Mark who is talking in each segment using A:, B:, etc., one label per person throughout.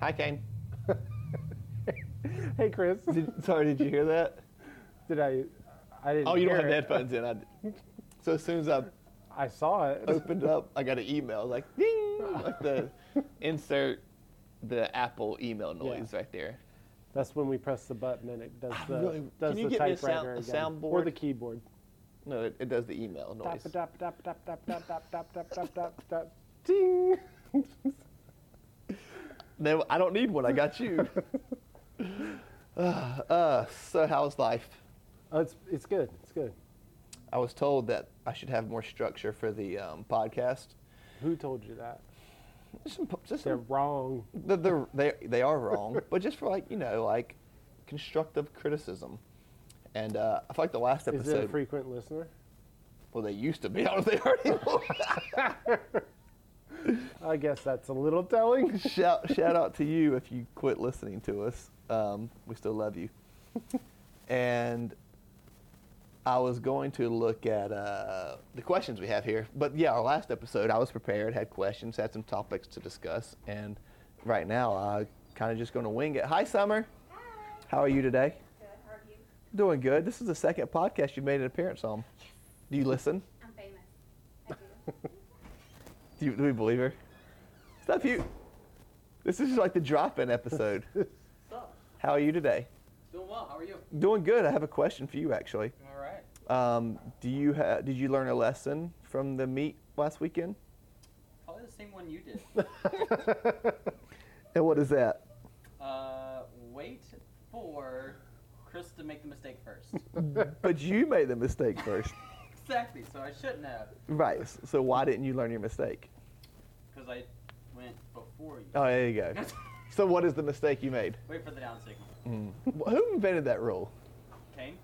A: Hi, Kane.
B: Hey, Chris. Did,
A: Did, sorry, did you hear that?
B: I? I didn't.
A: Oh, you don't
B: hear
A: have the
B: it.
A: headphones in. I d so as soon as I
B: I saw it.
A: opened up, I got an email like ding, like the insert the Apple email noise right there.
B: That's when we press the button and it does
A: I
B: the
A: really-
B: does
A: can you
B: the
A: get me a
B: typewriter
A: sound- a
B: again. or
A: soundboard?
B: the keyboard.
A: No, it, it does the email noise.
B: Dop, dop, dop, dop, dop, dop, dop, dop, dop, dop, dop. Ding.
A: No, I don't need one. I got you. uh, uh, so how's life?
B: Oh, it's it's good. It's good.
A: I was told that I should have more structure for the um, podcast.
B: Who told you that?
A: Just, some- just
B: They're
A: some
B: wrong.
A: the, the, they, they are wrong, but just for like, you know, like constructive criticism. And uh, I feel like the last
B: Is it a
A: episode,
B: frequent listener?
A: well, they used to be, I don't know if they are anymore.
B: I guess that's a little telling.
A: shout, shout out to you if you quit listening to us. Um, we still love you. and I was going to look at uh, the questions we have here. But yeah, our last episode, I was prepared, had questions, had some topics to discuss. And right now, I'm kind of just going to wing it. Hi, Summer.
C: Hi.
A: How are you today?
C: Good. How are you?
A: Doing good. This is the second podcast you made an appearance on. Do you listen?
C: I'm famous. I do.
A: Do, you, do we believe her? Stuff you. This is like the drop-in episode.
D: What's up?
A: How are you today?
D: Doing well. How are you?
A: Doing good. I have a question for you actually.
D: All right.
A: Um, do you ha- did you learn a lesson from the meet last weekend?
D: Probably the same one you did.
A: And what is that?
D: uh, wait for Chris to make the mistake first.
A: But you made the mistake first,
D: exactly. So I shouldn't have,
A: right? s- So why didn't you learn your mistake?
D: because I went before you.
A: Oh, there you go. So what is the mistake you made?
D: wait for the down signal.
A: Wh- Who invented that rule?
D: Kane.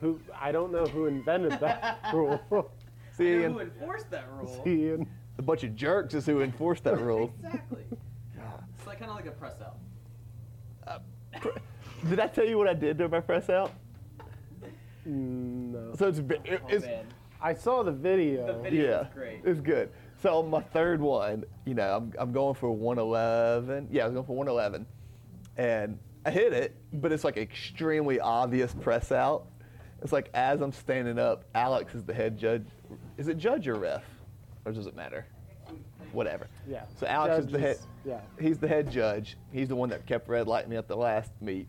B: Who I don't know who invented that rule.
D: I
A: See,
D: know who
A: and
D: enforced that rule?
B: Ian.
A: a bunch of jerks is who enforced that rule.
D: exactly. It's like kind of like a press out.
A: Did I tell you what I did during my press out?
B: No.
A: So it's, bi- it-
D: Oh,
A: it's
D: man.
B: I saw the video.
D: The video
A: yeah,
D: is great.
A: it's good. So on my third one, you know, I'm, I'm going for 111. Yeah, I was going for 111, and I hit it, but it's like extremely obvious press out. It's like as I'm standing up, Alex is the head judge. Is it judge or ref, or does it matter? Whatever.
B: Yeah.
A: So Alex is the head.
B: Judges, yeah.
A: He's the head judge. He's the one that kept red lighting me at the last meet.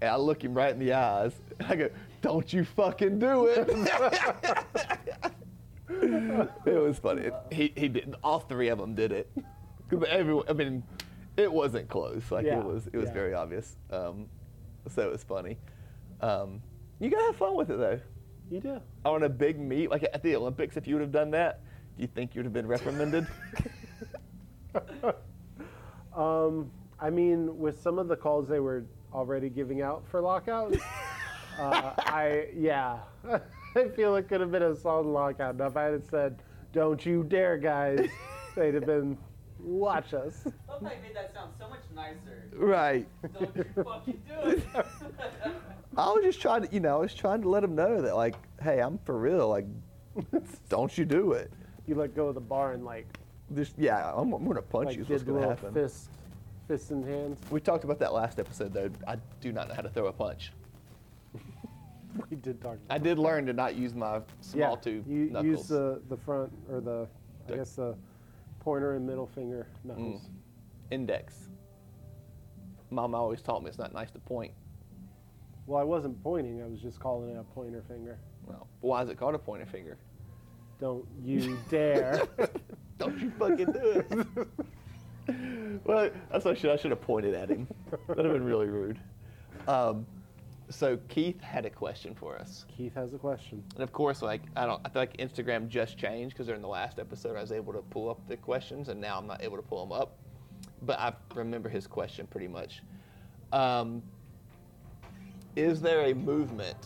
A: And I look him right in the eyes. And I go, "Don't you fucking do it!" it was funny. He he did. All three of them did it. 'Cause everyone. I mean, it wasn't close. Like
B: Yeah,
A: it was. It was
B: yeah.
A: very obvious. Um, so it was funny. Um, you gotta have fun with it though.
B: You do.
A: On a big meet, like at the Olympics, if you would have done that, do you think you'd have been reprimanded?
B: Um, I mean, with some of the calls they were already giving out for lockouts, uh, I yeah, I feel it could have been a solid lockout. Now, if I had said, "Don't you dare, guys," they'd have been, "Watch us."
D: Love how you made that sound so much nicer.
A: right.
D: Don't you fucking do it.
A: I was just trying to, you know, I was trying to let them know that, like, hey, I'm for real. Like, don't you do it.
B: You let go of the bar and like
A: Just, yeah, I'm, I'm going to punch
B: like
A: you. Is what's
B: did the
A: going to
B: little
A: happen.
B: fist, fists and hands.
A: We talked about that last episode, though. I do not know how to throw a punch.
B: We did talk.
A: I did learn to not use my small
B: yeah,
A: two
B: you
A: knuckles.
B: use the the front or the, I
A: The-
B: guess the pointer and middle finger knuckles.
A: Mm. Index. Mama always taught me it's not nice to point.
B: Well, I wasn't pointing. I was just calling it a pointer finger.
A: Well, why is it called a pointer finger?
B: Don't you dare.
A: Don't you fucking do it. well, that's what I should. I should have pointed at him. That'd have been really rude. Um, so Keith had a question for us,
B: Keith has a question.
A: and of course, like I don't. I feel like Instagram just changed because during the last episode, I was able to pull up the questions, and now I'm not able to pull them up. But I remember his question pretty much. Um, is there a movement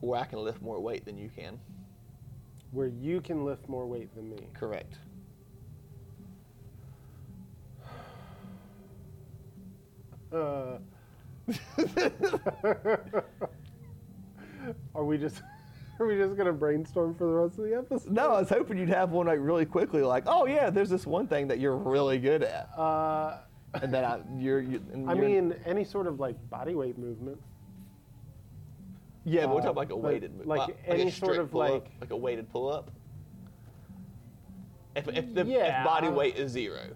A: where I can lift more weight than you can?
B: Where you can lift more weight than me.
A: Correct.
B: Uh, are we just Are we just gonna brainstorm for the rest of the episode?
A: No, I was hoping you'd have one like really quickly, like, oh yeah, there's this one thing that you're really good at,
B: Uh,
A: and then I, you're, you, and
B: I
A: you're-
B: mean, any sort of like body weight movement.
A: yeah, but we're
B: uh,
A: talking like a
B: like-
A: weighted, move,
B: like
A: uh,
B: any
A: a
B: sort
A: strict
B: of,
A: pull-up,
B: like-
A: like a weighted pull up. If if, the,
B: Yeah.
A: if body weight is zero,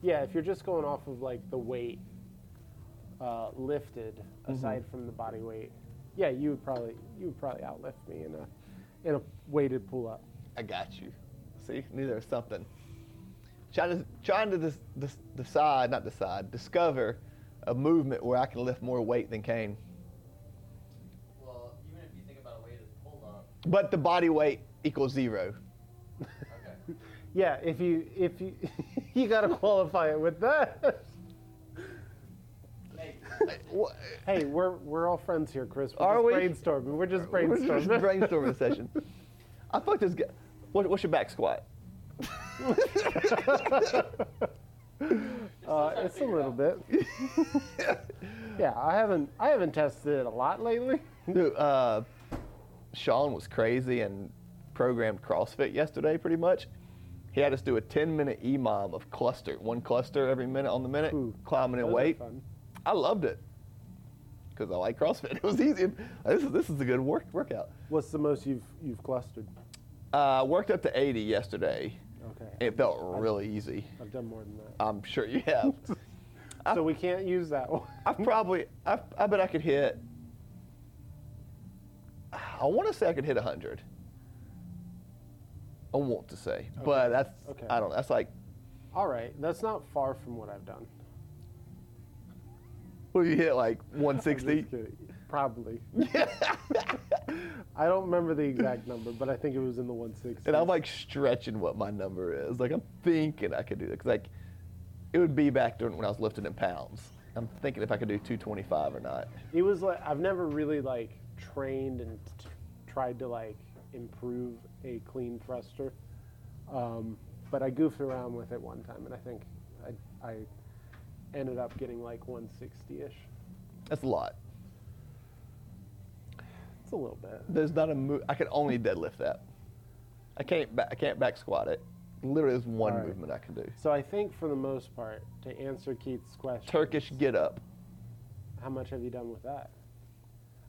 B: Yeah, if you're just going off of like the weight uh, lifted aside from the body weight, yeah, you would probably you would probably outlift me in a in a weighted pull up.
A: I got you. See, knew there was something. Trying to trying to dis, dis, decide, not decide, discover a movement where I can lift more weight than Kane,
D: Well, even if you think about a way to pull up,
A: but the body weight equals zero.
D: okay.
B: Yeah, if you if you you gotta qualify it with that.
D: Thank you.
A: What?
B: hey, we're we're all friends here, Chris. We're
A: Are
B: just
A: we?
B: brainstorming. We're just
A: We're
B: brainstorming.
A: just brainstorming session. I fucked this guy. What, what's your back squat?
B: Uh, it's a little bit. yeah, I haven't I haven't tested it a lot lately.
A: Dude, uh, Sean was crazy and programmed CrossFit yesterday, pretty much. He had us do a 10 minute EMOM of cluster, one cluster every minute on the minute,
B: Ooh,
A: climbing
B: Those
A: in
B: are
A: weight.
B: fun.
A: I loved it because I like CrossFit. It was easy. This is, this is a good work, workout.
B: What's the most you've you've clustered?
A: Uh, worked up to 80 yesterday.
B: Okay,
A: It Uh, felt really easy.
B: I've done more than that.
A: I'm sure you have. uh,
B: so we can't use that one.
A: I've probably, I've, I bet I could hit, I want to say I could hit 100. I want to say, but that's,
B: Okay.
A: I don't know, that's like,
B: All right, that's not far from what I've done.
A: what do you hit, like
B: I'm just
A: 160?
B: kidding. Probably.
A: Yeah.
B: I don't remember the exact number, but I think it was in the 160s.
A: and I'm like stretching what my number is. Like, I'm thinking I could do that. 'cause, like, it would be back during when I was lifting in pounds. I'm thinking if I could do 225 or not.
B: it was like I've never really like trained and t- tried to like improve a clean thruster, um, but I goofed around with it one time, and I think I, I ended up getting like 160 ish.
A: That's a lot.
B: It's a little bit.
A: There's not a move. I can only deadlift that. I can't. Ba- I can't back squat it. Literally, there's one
B: All right.
A: movement I can do.
B: So I think for the most part, to answer Keith's question,
A: Turkish get up.
B: How much have you done with that?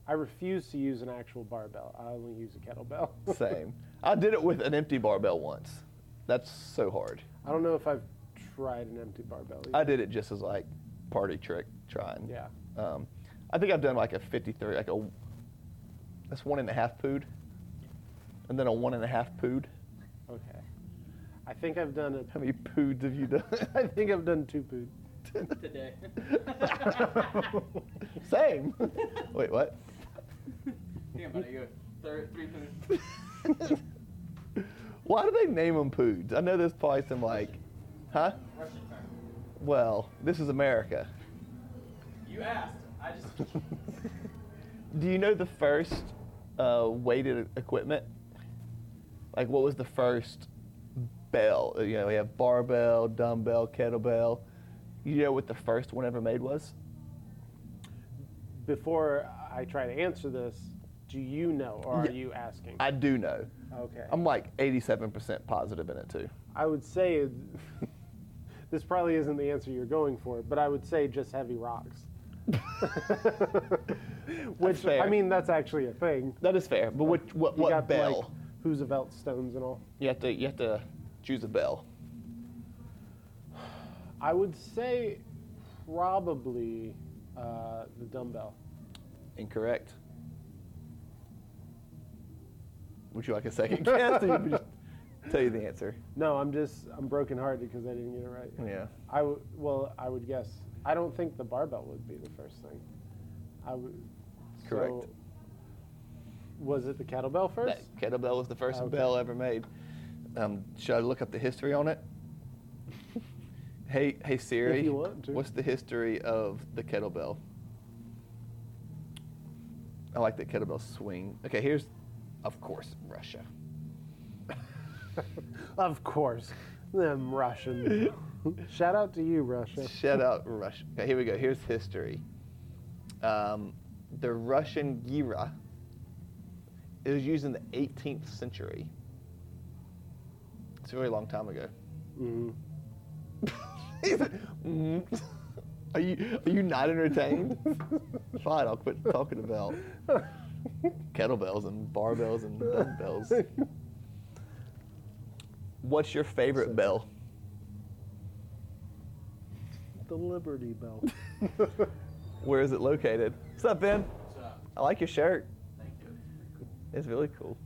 B: I refuse to use an actual barbell. I only use a kettlebell.
A: Same. I did it with an empty barbell once. That's so hard.
B: I don't know if I've tried an empty barbell.
A: I
B: either.
A: did it just as like party trick trying.
B: Yeah.
A: Um, I think I've done like a 53, like a that's one and a half pood, and then a one and a half pood.
B: Okay. I think I've done it.
A: How many poods have you done?
B: I think I've done two pood.
D: Today.
A: Same. Wait, what?
D: Think about it. You third, three food.
A: Why do they name them poods? I know there's probably some like, huh?
D: Russian term.
A: Well, this is America.
D: You asked. I just.
A: Do you know the first uh, weighted equipment? Like, what was the first bell? Uh, You know, we have barbell, dumbbell, kettlebell. You know what the first one ever made was?
B: Before I try to answer this, do you know or are
A: Yeah.
B: you asking?
A: I do know.
B: okay.
A: I'm like 87% positive in it too.
B: I would say it- this probably isn't the answer you're going for, but I would say just heavy rocks. Which I
A: fair.
B: mean, that's actually a thing.
A: That is fair. But what what,
B: You
A: what
B: got
A: bell?
B: like Roosevelt stones and all.
A: you have to you have to choose a bell.
B: I would say probably uh, the dumbbell.
A: Incorrect. Would you like a second guess? or you would just tell you the answer.
B: No, I'm just I'm brokenhearted because I didn't get it right.
A: Yeah.
B: I w- well, I would guess. I don't think the barbell would be the first thing. I would.
A: Correct.
B: so, was it the kettlebell first?
A: That kettlebell was the first
B: Okay.
A: bell ever made. Um, should I look up the history on it? hey, hey Siri.
B: If you want to.
A: What's the history of the kettlebell? I like the kettlebell swing. Okay, here's, of course, Russia.
B: Of course, them Russian. Shout out to you, Russia.
A: Shout out Russia. Okay, here we go. Here's history. Um, the Russian Gira It was used in the 18th century. It's a very long time ago.
B: hmm
A: He said, "Mm." Are you are you not entertained? Fine, I'll quit talking about kettlebells and barbells and dumbbells. What's your favorite bell?
B: The Liberty Bell.
A: Where is it located? What's up, Ben?
D: So,
A: I like your shirt.
D: thank you.
A: It's really cool.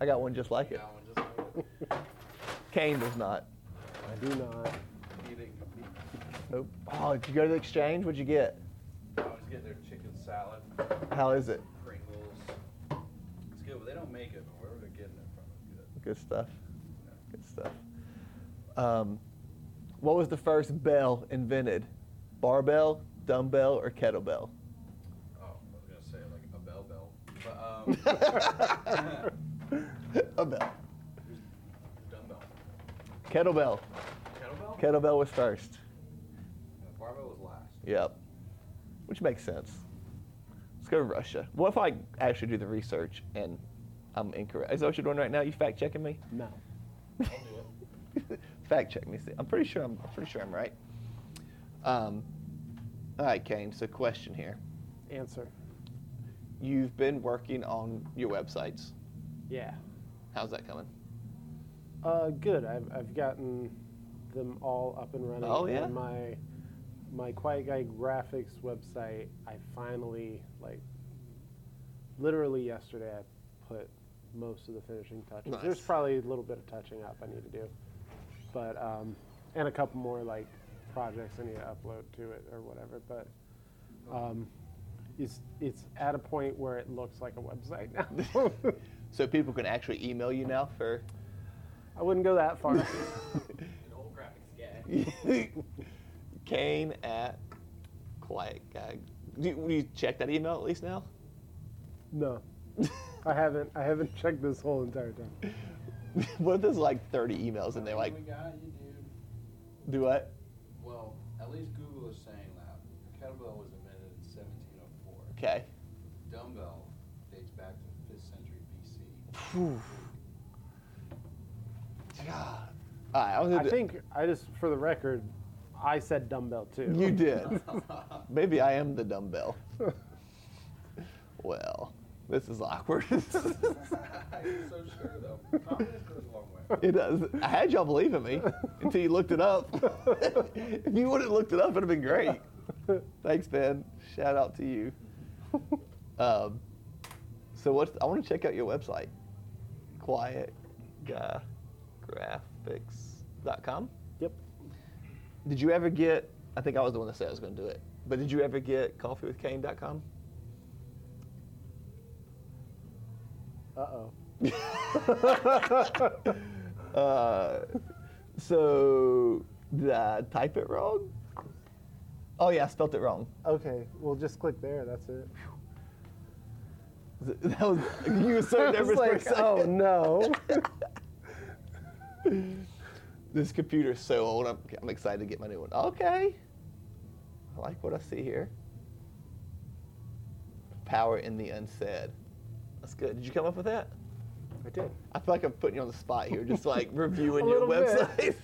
A: I got one just like it.
D: That one just like
A: Kane does not.
B: I do not.
D: eating.
A: Nope. Oh, did you go to the exchange? What'd you get?
D: I always get their chicken salad,
A: How is it?
D: Pringles. It's good, but they don't make it. But wherever they're getting it from, it's good.
A: Good stuff. Good stuff. Um, what was the first bell invented? Barbell, dumbbell, or kettlebell?
D: Oh, I was gonna say like a bell bell, but um,
A: A bell.
D: dumbbell,
A: Kettlebell.
D: kettlebell,
A: Kettlebell was first.
D: Uh, barbell was last.
A: Yep. Which makes sense. Let's go to Russia. What if I actually do the research and I'm incorrect? Is that what you're doing right now? You fact checking me?
B: No.
D: I'll do it.
A: fact check me. See, I'm pretty sure I'm, I'm pretty sure I'm right. Um, all right, Kane. So question here.
B: Answer.
A: You've been working on your websites.
B: Yeah.
A: How's that coming?
B: Uh, good. I've, I've gotten them all up and running.
A: Oh, yeah?
B: And my my Quiet Guy graphics website. I finally like literally yesterday. I put most of the finishing touches. There's
A: Nice.
B: probably a little bit of touching up I need to do, but um, and a couple more like projects I need to upload to it or whatever. But um, it's it's at a point where it looks like a website now.
A: So people can actually email you now for.
B: I wouldn't go that far.
D: An old graphics guy.
A: Kane at Quiet Guy. Do you, will you check that email at least now?
B: No. I haven't I haven't checked this whole entire time.
A: what if there's like 30 emails and they're like,
D: We got you, dude.
A: do what?
D: Well, at least Google is saying that kettlebell was invented in 1704.
A: Okay.
D: Dumbbell dates back to the 5th century BC.
A: God. All right, I was gonna
B: I
A: do-
B: think I just for the record, I said dumbbell too.
A: You did. Maybe I am the dumbbell. well, this is awkward.
D: I'm so sure though. Confidence goes a long way.
A: it does. I had y'all believing me until you looked it up. if you would have looked it up, it'd have been great. Thanks, Ben. Shout out to you. Um, so what's I want to check out your website. Quietgraphics.com.
B: Yep.
A: Did you ever get? I think I was the one that said I was going to do it. But did you ever get coffeewithkane.com?
B: Uh oh.
A: Uh, so did I type it wrong? Oh yeah, I spelt it wrong.
B: Okay. Well just click there, that's it.
A: That was you were so
B: I was
A: nervous for a
B: like,
A: second.
B: oh no.
A: This computer's so old. I'm, I'm excited to get my new one. Okay. I like what I see here. Power in the unsaid. That's good. Did you come up with that?
B: I did.
A: I feel like I'm putting you on the spot here, just like reviewing
B: A
A: your
B: little
A: website.
B: bit.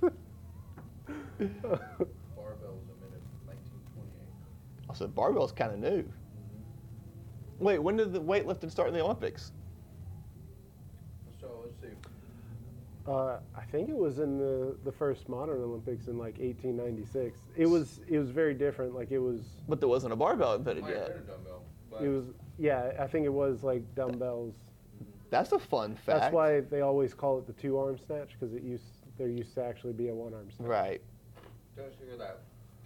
D: Barbell was invented in 1928.
A: also, barbell's kind of new. Wait, when did the weightlifting start in the Olympics?
D: So let's see.
B: Uh, I think it was in the, the first modern Olympics in like 1896. It was it was very different. Like it was
A: But there wasn't a barbell invented
D: Might have
A: yet.
D: been a dumbbell, but
B: it was yeah. I think it was like dumbbells.
A: That's a fun fact.
B: That's why they always call it the two arm snatch because it used there used to actually be a one arm snatch.
A: Right.
D: don't you hear that?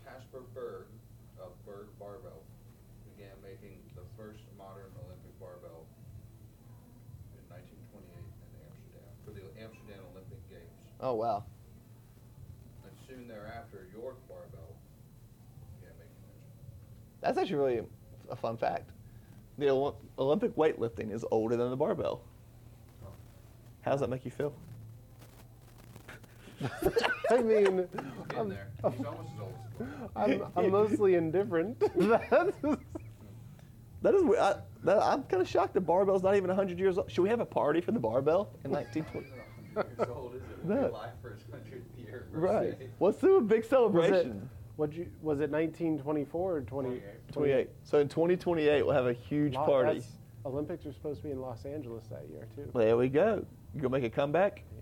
D: Casper Berg of Berg Barbell began making the first modern Olympic barbell in 1928 in Amsterdam for the Amsterdam Olympic Games.
A: Oh wow.
D: And soon thereafter, York Barbell began making theirs.
A: That's actually really a fun fact. The Ol- Olympic weightlifting is older than the barbell. How does that make you feel?
B: I mean,
D: He's getting
B: I'm,
D: there. He's almost as old as the barbell.
B: I'm, I'm mostly indifferent. That's-
A: That is weird. I, That, I'm kind of shocked the barbell's not even 100 years old. Should we have a party for the barbell in 1920?
D: Even a hundred years old, is it? We'll
A: No.
D: be alive for his hundredth year.
A: right.
D: birthday.
A: Let's do a big
B: Was it,
A: celebration.
B: what you, was it 1924 or 20,
D: 28.
A: 28. So in 2028, we'll have a huge
B: Lo-
A: party.
B: that's- Olympics are supposed to be in Los Angeles that year, too.
A: There we go. You gonna make a comeback?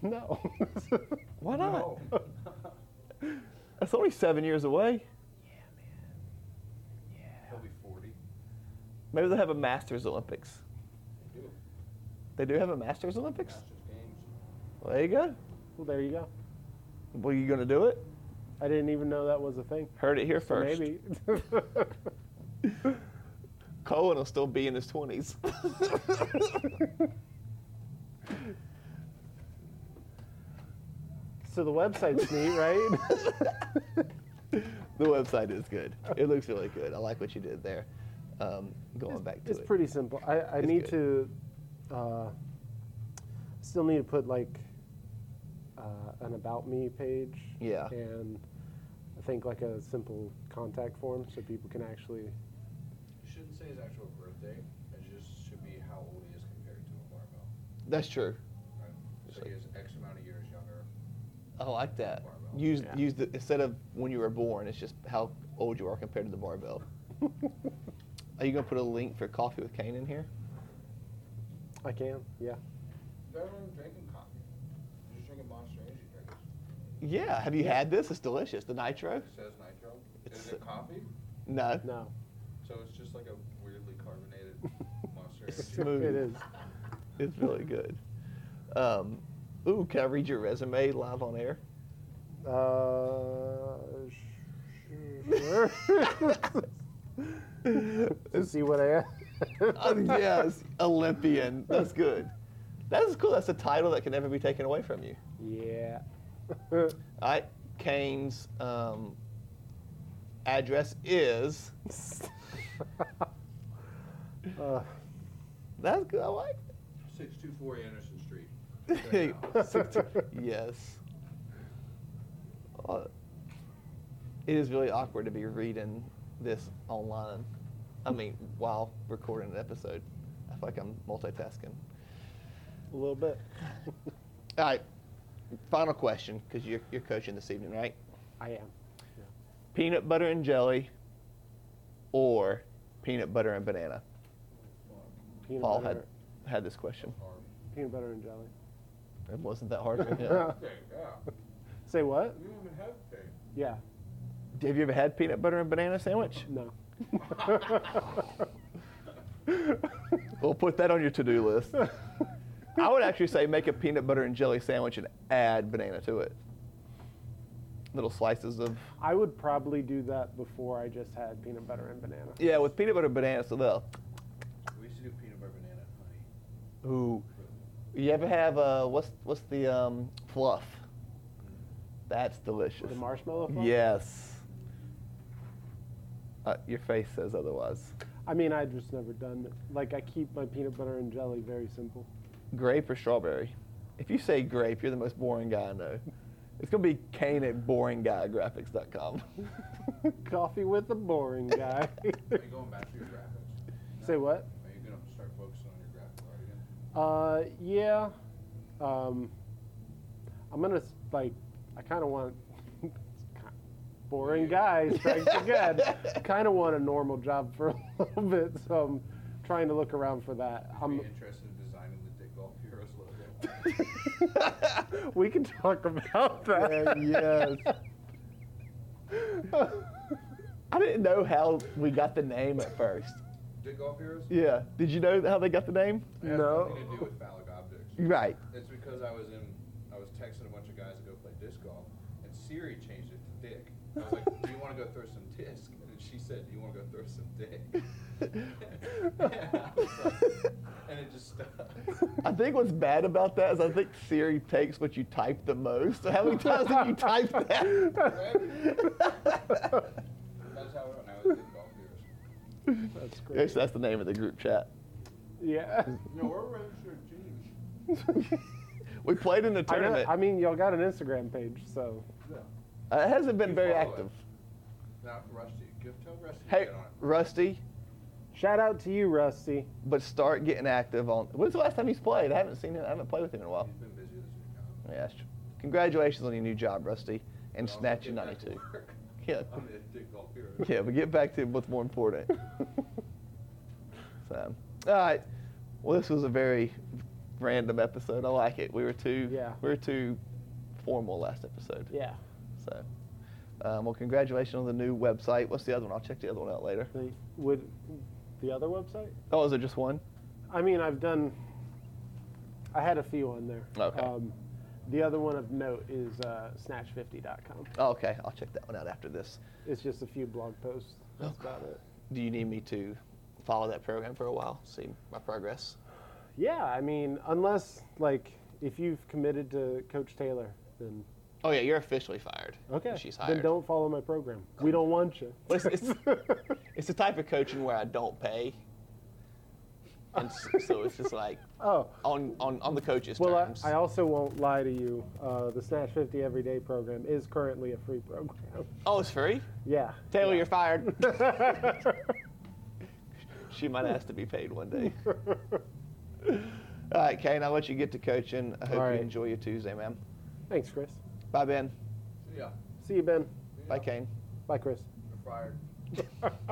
B: No.
A: Why not?
D: No.
A: That's only seven years away.
D: He'll be forty.
A: Maybe they'll have a Masters Olympics.
D: They do.
A: They do have a Masters Olympics.
D: Masters games.
A: Well, there you go.
B: well, there you go.
A: Well, you gonna do it?
B: I didn't even know that was a thing.
A: Heard it here
B: So
A: first.
B: maybe.
A: Cohen will still be in his 20s.
B: so the website's neat, right?
A: the website is good. It looks really good. I like what you did there. Um, going
B: it's,
A: back to
B: it's
A: it.
B: pretty simple. I, I
A: It's
B: need to uh, still need to put like uh, an about me page.
A: Yeah.
B: And I think like a simple contact form so people can actually.
D: You shouldn't say his actual birthday. It just should be how old he is compared to a barbell.
A: That's true.
D: Right? So he is X amount of years younger.
A: I like that.
D: Barbell.
A: Use
B: Yeah.
A: use the instead of when you were born. It's just how old you are compared to the barbell. are you gonna put a link for coffee with Kane in here?
B: I can. Yeah.
D: They're not even drinking coffee. They're just drinking Monster Energy drinks.
A: Yeah. Have you had this? It's delicious. The nitro?
D: It says nitro.
A: It's-
D: Is it coffee?
A: No.
B: No.
D: So it's just like a weirdly carbonated Monster
A: It's
D: Energy.
A: smooth.
B: It is.
A: It's really good. Um, ooh, can I read your resume live on air?
B: Uh, sure. to see what I
A: Oh, Uh, yes, Olympian. That's good. That's cool. That's a title that can never be taken away from you.
B: yeah.
A: All right, Kane's um, address is.
B: uh,
A: That's good. I like. it.
D: Six two four Anderson Street.
A: Hey,
D: Check it out.
A: 16 yes. Uh, it is really awkward to be reading this online. I mean, while recording an episode, I feel like I'm multitasking.
B: a little bit.
A: All right, final question because you're, you're coaching this evening, right?
B: I am. Yeah.
A: Peanut butter and jelly, or peanut butter and banana.
B: Peanut
A: Paul
B: butter,
A: had had this question.
D: Or-
B: peanut butter and jelly.
A: It wasn't that hard for him.
D: Okay, yeah.
B: Say what?
D: You don't even have cake.
B: Yeah.
A: Have you ever had peanut butter and banana sandwich?
B: No.
A: We'll put that on your to-do list. I would actually say make a peanut butter and jelly sandwich and add banana to it. Little slices of
B: I would probably do that before I just had peanut butter and banana.
A: yeah, with peanut butter and banana, so they'll.
D: We used to do peanut butter banana and honey.
A: Ooh, you ever have uh, what's what's the um, fluff? That's delicious.
B: The marshmallow. fluff?
A: Yes. Uh, your face says otherwise.
B: I mean, I just never done it. Like I keep my peanut butter and jelly very simple.
A: Grape or strawberry? If you say grape, you're the most boring guy I know. It's gonna be Kane at boringguygraphics.com.
B: Coffee with the boring guy.
D: Are you going back to your graphics?
B: Say what?
D: Are you gonna start focusing on your graphic art again?
B: Uh, yeah. Um, I'm gonna s- like. I kind of want. boring guy strikes again. kind of want a normal job for a little bit, so I'm trying to look around for that.
D: Are
B: I'm,
D: you interested in designing the Dick Golf Heroes logo?
B: we can talk about that. yes.
A: I didn't know how we got the name at first.
D: Dick Golf Heroes?
A: Yeah. Did you know how they got the name?
D: It has
B: No.
D: Nothing to do with phallic objects.
A: Right.
D: It's because I was in, I was texting a bunch of guys to go play disc golf, and Siri changed it to Dick. I was like, "Do you want to go throw some disc?" And she said, "Do you want to go throw some dick?" I was like- and it just stuck.
A: I think what's bad about that is I think Siri takes what you type the most. So how many times did you type that?
D: That's how I know it's Dick Golf Heroes.
B: That's great.
A: Yes, that's the name of the group chat.
B: Yeah.
D: No, we're registered teams.
A: We played in the
B: I, know,
A: tournament.
B: I mean, y'all got an Instagram page, so
D: Yeah.
A: Uh, it hasn't been
D: You
A: very
D: follow it.
A: active.
D: Not Rusty. Give tell Rusty to
A: Hey,
D: get on it.
A: Rusty,
B: Shout out to you, Rusty.
A: But start getting active on. When's the last time he's played? I haven't seen him. I haven't played with him in a while.
D: He's been busy this week. huh?
A: Yeah, that's true. Congratulations on your new job, Rusty, and
D: I'll
A: snatching
D: get back to
A: 92.
D: work.
A: Yeah.
D: I'm gonna dig golf here.
A: Yeah, but get back to what's more important. so, all right. Well, this was a very random episode. I like it. We were too.
B: Yeah.
A: We were too formal last episode.
B: Yeah.
A: So, um, well, congratulations on the new website. What's the other one? I'll check the other one out later.
B: The, would the other website?
A: Oh, is it just one?
B: I mean, I've done. I had a few on there. Um,
A: Okay.
B: the other one of note is uh, snatch50.com.
A: Oh, okay, I'll check that one out after this.
B: It's just a few blog posts. That's about it.
A: Do you need me to follow that program for a while? See my progress?
B: Yeah, I mean, unless like if you've committed to Coach Taylor, then
A: Oh yeah, you're officially fired.
B: okay.
A: She's hired.
B: Then don't follow my program. We don't want you.
A: Well, it's, it's, it's the type of coaching where I don't pay, and s- so it's just like
B: Oh.
A: on on, on the coach's
B: Well,
A: terms.
B: I, I also won't lie to you. Uh, the Snatch 50 Everyday program is currently a free program.
A: oh, it's free.
B: Yeah.
A: Taylor, you're fired. she might ask to be paid one day. All right, Kane, I'll let you get to coaching. I hope
B: All right.
A: you enjoy your Tuesday, man.
B: Thanks, Chris.
A: Bye, Ben.
D: Yeah.
B: See you, Ben.
A: Bye, Kane.
B: Bye, Chris.
D: You're fired.